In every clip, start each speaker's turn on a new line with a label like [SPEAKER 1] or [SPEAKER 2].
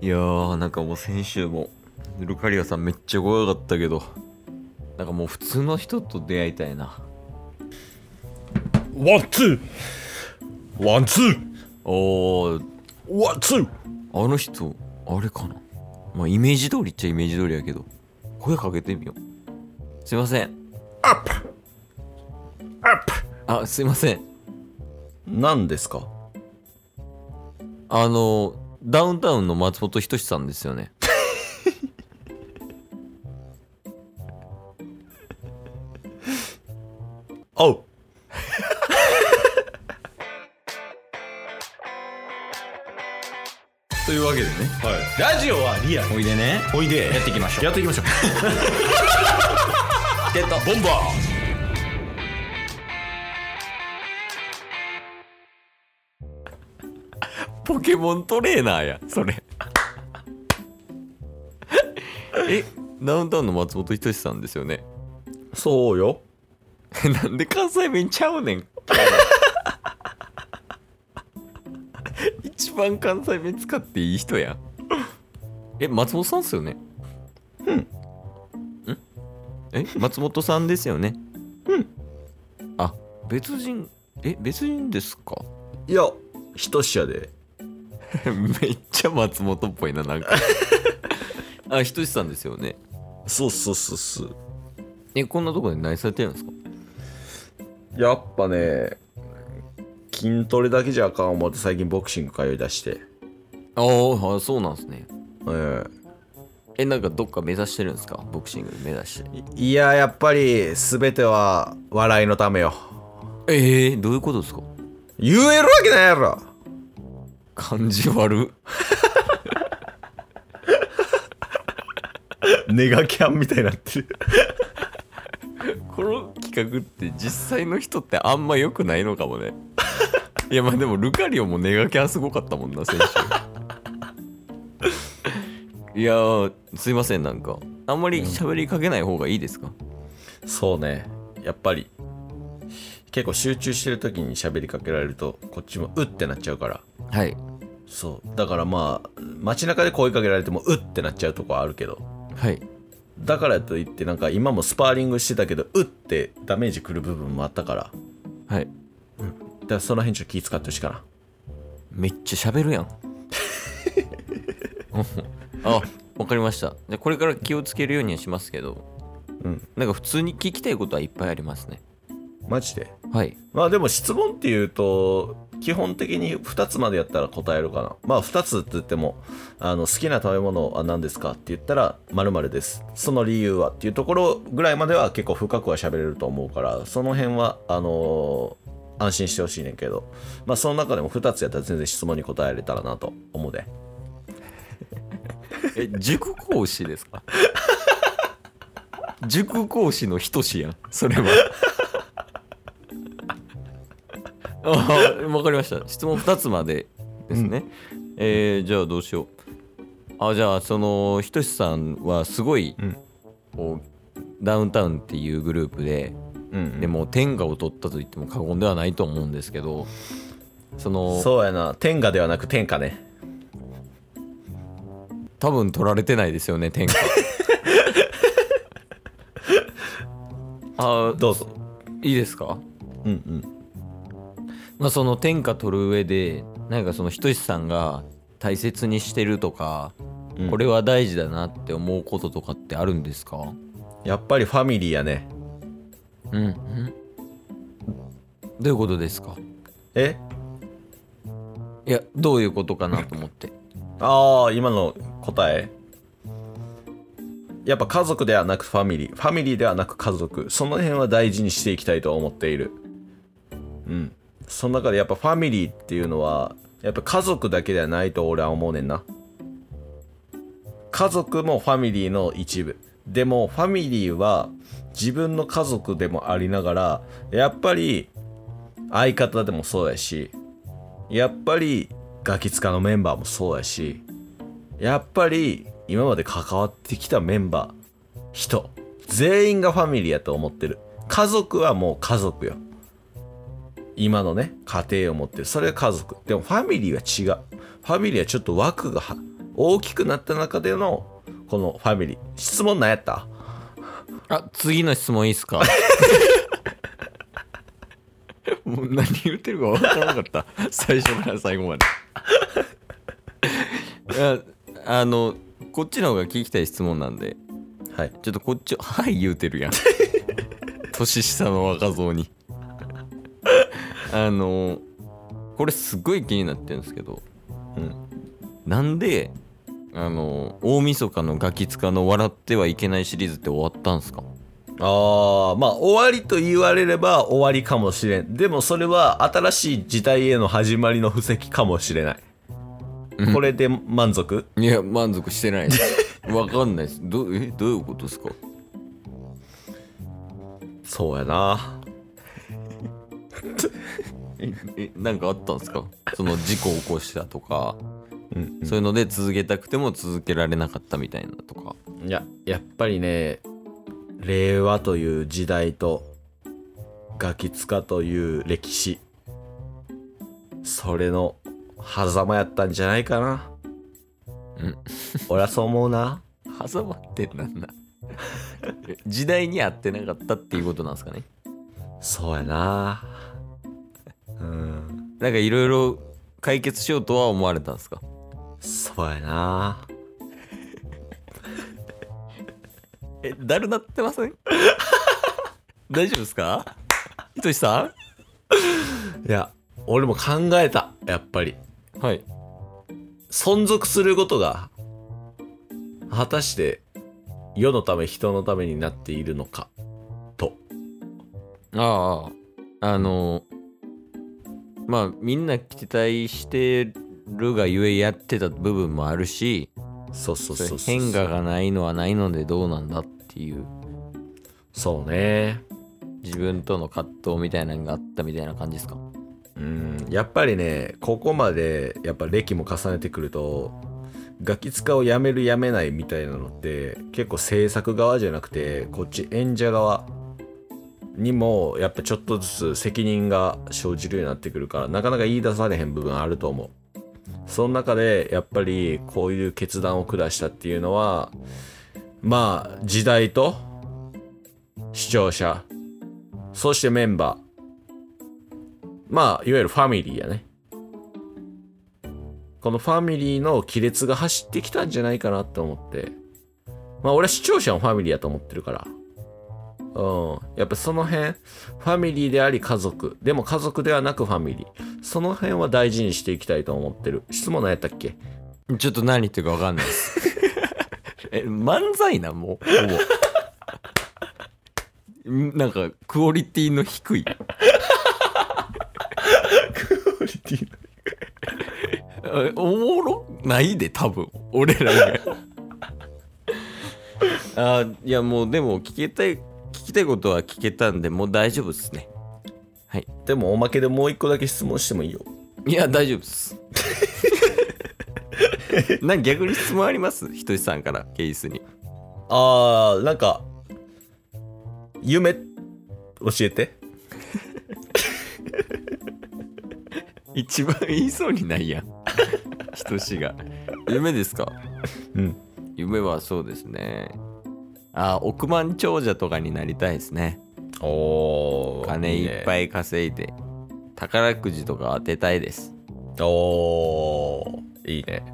[SPEAKER 1] いやーなんかもう先週もルカリアさんめっちゃ怖かったけどなんかもう普通の人と出会いたいな
[SPEAKER 2] ワンツーワンツー
[SPEAKER 1] おー
[SPEAKER 2] ワンツー
[SPEAKER 1] あの人あれかなまあイメージ通りっちゃイメージ通りやけど声かけてみようすいません
[SPEAKER 2] アップアップ
[SPEAKER 1] あすいません
[SPEAKER 3] 何ですか
[SPEAKER 1] あのダウンタウンの松本人志さんですよね
[SPEAKER 3] おう というわけでね
[SPEAKER 2] はい
[SPEAKER 3] ラジオはリアおいでね
[SPEAKER 2] おいで
[SPEAKER 3] やっていきましょう
[SPEAKER 2] やっていきましょ う
[SPEAKER 3] ゲットボンバ
[SPEAKER 1] ポケモントレーナーやそれ えダウンタウンの松本人志さんですよね
[SPEAKER 3] ーそうよ
[SPEAKER 1] なんで関西弁ちゃうねん一番関西弁使っていい人やんえ松本さんっすよねうんえ松本さんですよねうんあ別人え別人ですか
[SPEAKER 3] いや一しやで
[SPEAKER 1] めっちゃ松本っぽいな なんかあひとしさんですよね
[SPEAKER 3] そうそうそうそう
[SPEAKER 1] えこんなとこで何されてるんですか
[SPEAKER 3] やっぱね筋トレだけじゃあかん思って最近ボクシング通い出して
[SPEAKER 1] あーあそうなんですね
[SPEAKER 3] ええ
[SPEAKER 1] えなんかどっか目指してるんですかボクシング目指して
[SPEAKER 3] いややっぱり全ては笑いのためよ
[SPEAKER 1] えー、どういうことですか
[SPEAKER 3] 言えるわけないやろ
[SPEAKER 1] 感じ悪
[SPEAKER 3] ネガキャンみたいになってる
[SPEAKER 1] この企画って実際の人ってあんま良くないのかもねいやまあでもルカリオもネガキャンすごかったもんな先週いやーすいませんなんかあんまり喋りかけない方がいいですか、
[SPEAKER 3] そうねやっぱり結構集中してる時に喋りかけられるとこっちもうってなっちゃうから
[SPEAKER 1] はい
[SPEAKER 3] そうだからまあ街中で声かけられてもうってなっちゃうとこはあるけど
[SPEAKER 1] はい
[SPEAKER 3] だからといってなんか今もスパーリングしてたけどうってダメージくる部分もあったから
[SPEAKER 1] はい
[SPEAKER 3] だからその辺ちょっと気使ってほしいかな
[SPEAKER 1] めっちゃ喋るやんあわかりましたじゃあこれから気をつけるようにはしますけど
[SPEAKER 3] うん
[SPEAKER 1] なんか普通に聞きたいことはいっぱいありますね
[SPEAKER 3] マジで
[SPEAKER 1] はい
[SPEAKER 3] まあでも質問っていうと基本的に2つまでやったら答えるかなまあ2つって言ってもあの好きな食べ物は何ですかって言ったら〇〇ですその理由はっていうところぐらいまでは結構深くは喋れると思うからその辺はあのー安心してほしいねんけどまあその中でも2つやったら全然質問に答えれたらなと思うで
[SPEAKER 1] え塾講師です か塾講師の人志やんそれはああわかりました質問2つまでですね、えーじゃあどうしようあじゃあそのひとしさんはすごい、
[SPEAKER 3] うん
[SPEAKER 1] こうダウンタウンっていうグループで
[SPEAKER 3] うん
[SPEAKER 1] でも天下を取ったと言っても過言ではないと思うんですけどその
[SPEAKER 3] そうやな天下ではなく天下ね
[SPEAKER 1] 多分取られてないですよね天下 あー
[SPEAKER 3] どうぞ
[SPEAKER 1] いいですか、
[SPEAKER 3] うんうん
[SPEAKER 1] まあ、その天下取る上でなんかそのひとしさんが大切にしてるとか、
[SPEAKER 3] うん
[SPEAKER 1] これは大事だなって思うこととかってあるんですか
[SPEAKER 3] やっぱりファミリーやね
[SPEAKER 1] うん、うん、どういうことですか
[SPEAKER 3] え
[SPEAKER 1] いやどういうことかなと思って
[SPEAKER 3] ああ、今の答え。やっぱ家族ではなくファミリー、ファミリーではなく家族、その辺は大事にしていきたいと思っている。うん。その中でやっぱファミリーっていうのは、やっぱ家族だけではないと俺は思うねんな。家族もファミリーの一部。でもファミリーは自分の家族でもありながら、やっぱり相方でもそうやし、やっぱりガキ使のメンバーもそうやしやっぱり今まで関わってきたメンバー人全員がファミリーやと思ってる家族はもう家族よ今のね家庭を持ってるそれが家族でもファミリーは違うファミリーはちょっと枠がは大きくなった中でのこのファミリー質問何やった
[SPEAKER 1] あ次の質問いいっすか もう何言ってるか分からなかった最初から最後までいやあのこっちの方が聞きたい質問なんで
[SPEAKER 3] はい
[SPEAKER 1] ちょっとこっち「はい」言うてるやん年下の若造にあのこれすごい気になってるんですけど、
[SPEAKER 3] うん
[SPEAKER 1] なんであの大晦日のガキ使の「笑ってはいけない」シリーズって終わったんすか
[SPEAKER 3] ああまあ終わりと言われれば終わりかもしれんでもそれは新しい時代への始まりの布石かもしれない、これで満足
[SPEAKER 1] いや満足してないですわかんないですどえどういうことですか
[SPEAKER 3] そうやな
[SPEAKER 1] えなんかあったんですかその事故を起こしたとか、
[SPEAKER 3] うん
[SPEAKER 1] そういうので続けたくても続けられなかったみたいなとか
[SPEAKER 3] いややっぱりね令和という時代とガキ使という歴史それの狭間やったんじゃないかな
[SPEAKER 1] うん
[SPEAKER 3] 俺はそう思うな
[SPEAKER 1] 挟まってなん だ時代に合ってなかったっていうことなんですかね
[SPEAKER 3] そうやなうん
[SPEAKER 1] なんかいろいろ解決しようとは思われたんですか
[SPEAKER 3] そうやな
[SPEAKER 1] えだるなってま せん大丈夫です かひとしさ
[SPEAKER 3] いや俺も考えたやっぱり
[SPEAKER 1] んはい
[SPEAKER 3] 存続することが果たして世のため人のためになっているのかと
[SPEAKER 1] あああのまあみんな期待してるがゆえやってた部分もあるし
[SPEAKER 3] そうそうそうそう
[SPEAKER 1] それ変化がないのはないのでどうなんだっていう
[SPEAKER 3] そうね
[SPEAKER 1] 自分との葛藤みたいなのがあったみたいな感じですか
[SPEAKER 3] うんやっぱりねここまでやっぱ歴も重ねてくるとガキ使をやめるやめないみたいなのって結構制作側じゃなくてこっち演者側にもやっぱちょっとずつ責任が生じるようになってくるからなかなか言い出されへん部分あると思うその中でやっぱりこういう決断を下したっていうのはまあ時代と視聴者そしてメンバーまあ、いわゆるファミリーやね。このファミリーの亀裂が走ってきたんじゃないかなって思って。まあ、俺は視聴者もファミリーやと思ってるから。うん。やっぱその辺、ファミリーであり家族。でも家族ではなくファミリー。その辺は大事にしていきたいと思ってる。質問何やったっけ
[SPEAKER 1] ちょっと何言ってるか分かんないです え漫才なもうほぼん なんかクオリティの低いえおもろないで多分俺らが あーいやもうでも聞けたい聞きたいことは聞けたんでもう大丈夫ですね
[SPEAKER 3] でもおまけでもう一個だけ質問してもいいよ。
[SPEAKER 1] いや大丈夫です なんか逆に質問ありますひとしさんからケースに
[SPEAKER 3] あー、なんか、夢、教えて。
[SPEAKER 1] 一番言いそうにないやん ひとしが夢ですか
[SPEAKER 3] うん
[SPEAKER 1] 夢はそうですねあ億万長者とかになりたいですね
[SPEAKER 3] おー。
[SPEAKER 1] 金いっぱ
[SPEAKER 3] い。
[SPEAKER 1] い稼いで宝くじとか当てたいです
[SPEAKER 3] おー。いいね。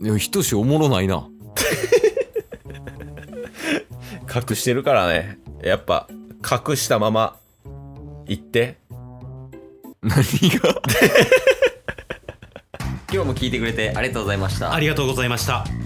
[SPEAKER 1] でもひとしおもろないな
[SPEAKER 3] 隠してるからねやっぱ隠したまま行って
[SPEAKER 1] 何が 今日も聞いてくれてありがとうございました
[SPEAKER 4] ありがとうございました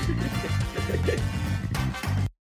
[SPEAKER 4] す